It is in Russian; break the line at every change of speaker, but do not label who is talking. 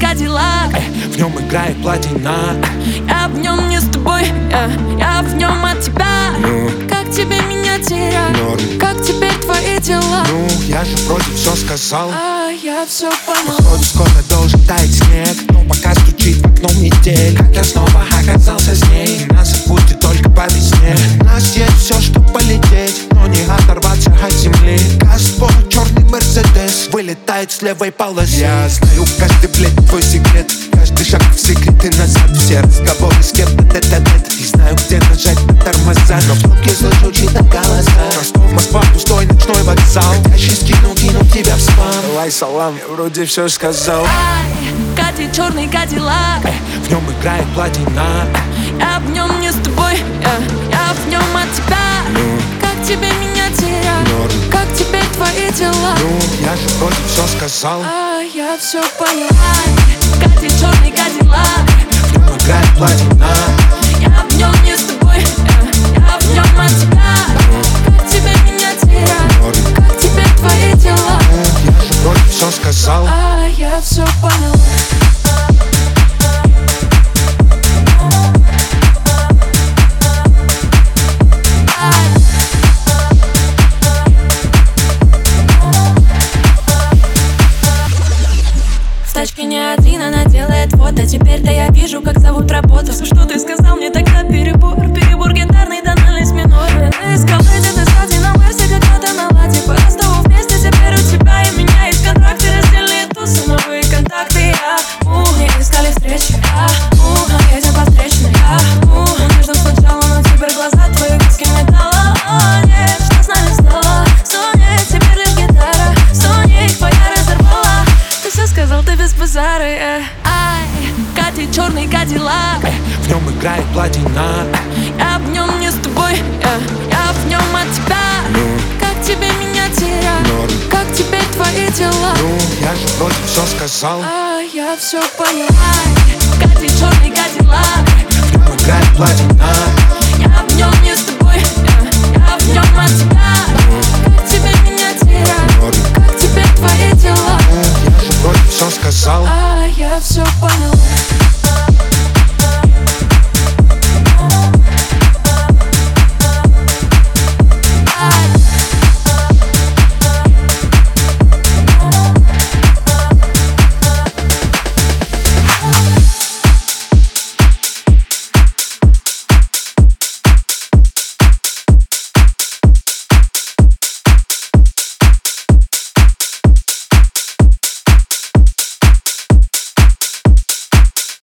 кадиллак
В нем играет платина
Я в нем не с тобой, я, я в нем от тебя
Ну,
Как тебе меня терять,
норм.
как теперь твои дела
ну, я же вроде все сказал
А я все поняла
Походу скоро должен таять снег Но пока стучит в окно метель Как я снова оказался с ней Нас будет только по весне У нас есть все, что полететь Но не оторваться от земли Каспо, черный Мерседес Вылетает с левой полосы Я знаю каждый, блядь, твой секрет Каждый шаг в секрет и назад Все разговоры с кем-то тет -тет. И знаю, где нажать на тормоза Но в трубке слышу чьи-то голоса Ростов, Москва, пустой ночной вокзал Хотящий скинул, кинул тебя в спам Лай салам, я вроде все сказал
Ай, Катя, черный кадиллак
В нем играет платина
Я в нем не с тобой, я, я в нем от тебя Как тебе меня терять,
Ну. Норм.
как теперь твои дела
Ну, я же вроде все сказал
А я все поняла Катя, черный кадиллак
В нем играет платина
Я в нем не с тобой, я, я в нем от тебя Как тебе меня терять, как теперь твои дела
Ну, я же вроде все сказал
А я все поняла В тачке не один, она делает фото Теперь-то я вижу, как зовут работу Все, что ты сказал мне тогда, перебор Перебор гитарный, тональность минор На эскаладе ты сзади, на версе когда-то на ладе Пора с тобой вместе, теперь у тебя и меня Есть контракты, раздельные тусы, новые контакты Я, у, не искали встречи Я, у, а едем по встречной Я, у, между сначала, но теперь глаза твои куски металла О, нет, что с нами стало? Сонет, теперь лишь гитара Соник, твоя разорвала Ты все сказал, ты без базара э. Ай, Катя, черный кадиллак
В нем играет платина
я в нем не с тобой, я, я в нем от тебя Как тебе меня терять,
Норм.
как теперь твои дела
Ну, я же вроде все сказал
А я все поняла Катя, черный кадиллак
В нем играет платина
Я в нем не с тобой, я, я в нем от тебя Как тебе меня терять,
Норм.
как теперь твои дела
Ну, я же вроде все сказал
А я все поняла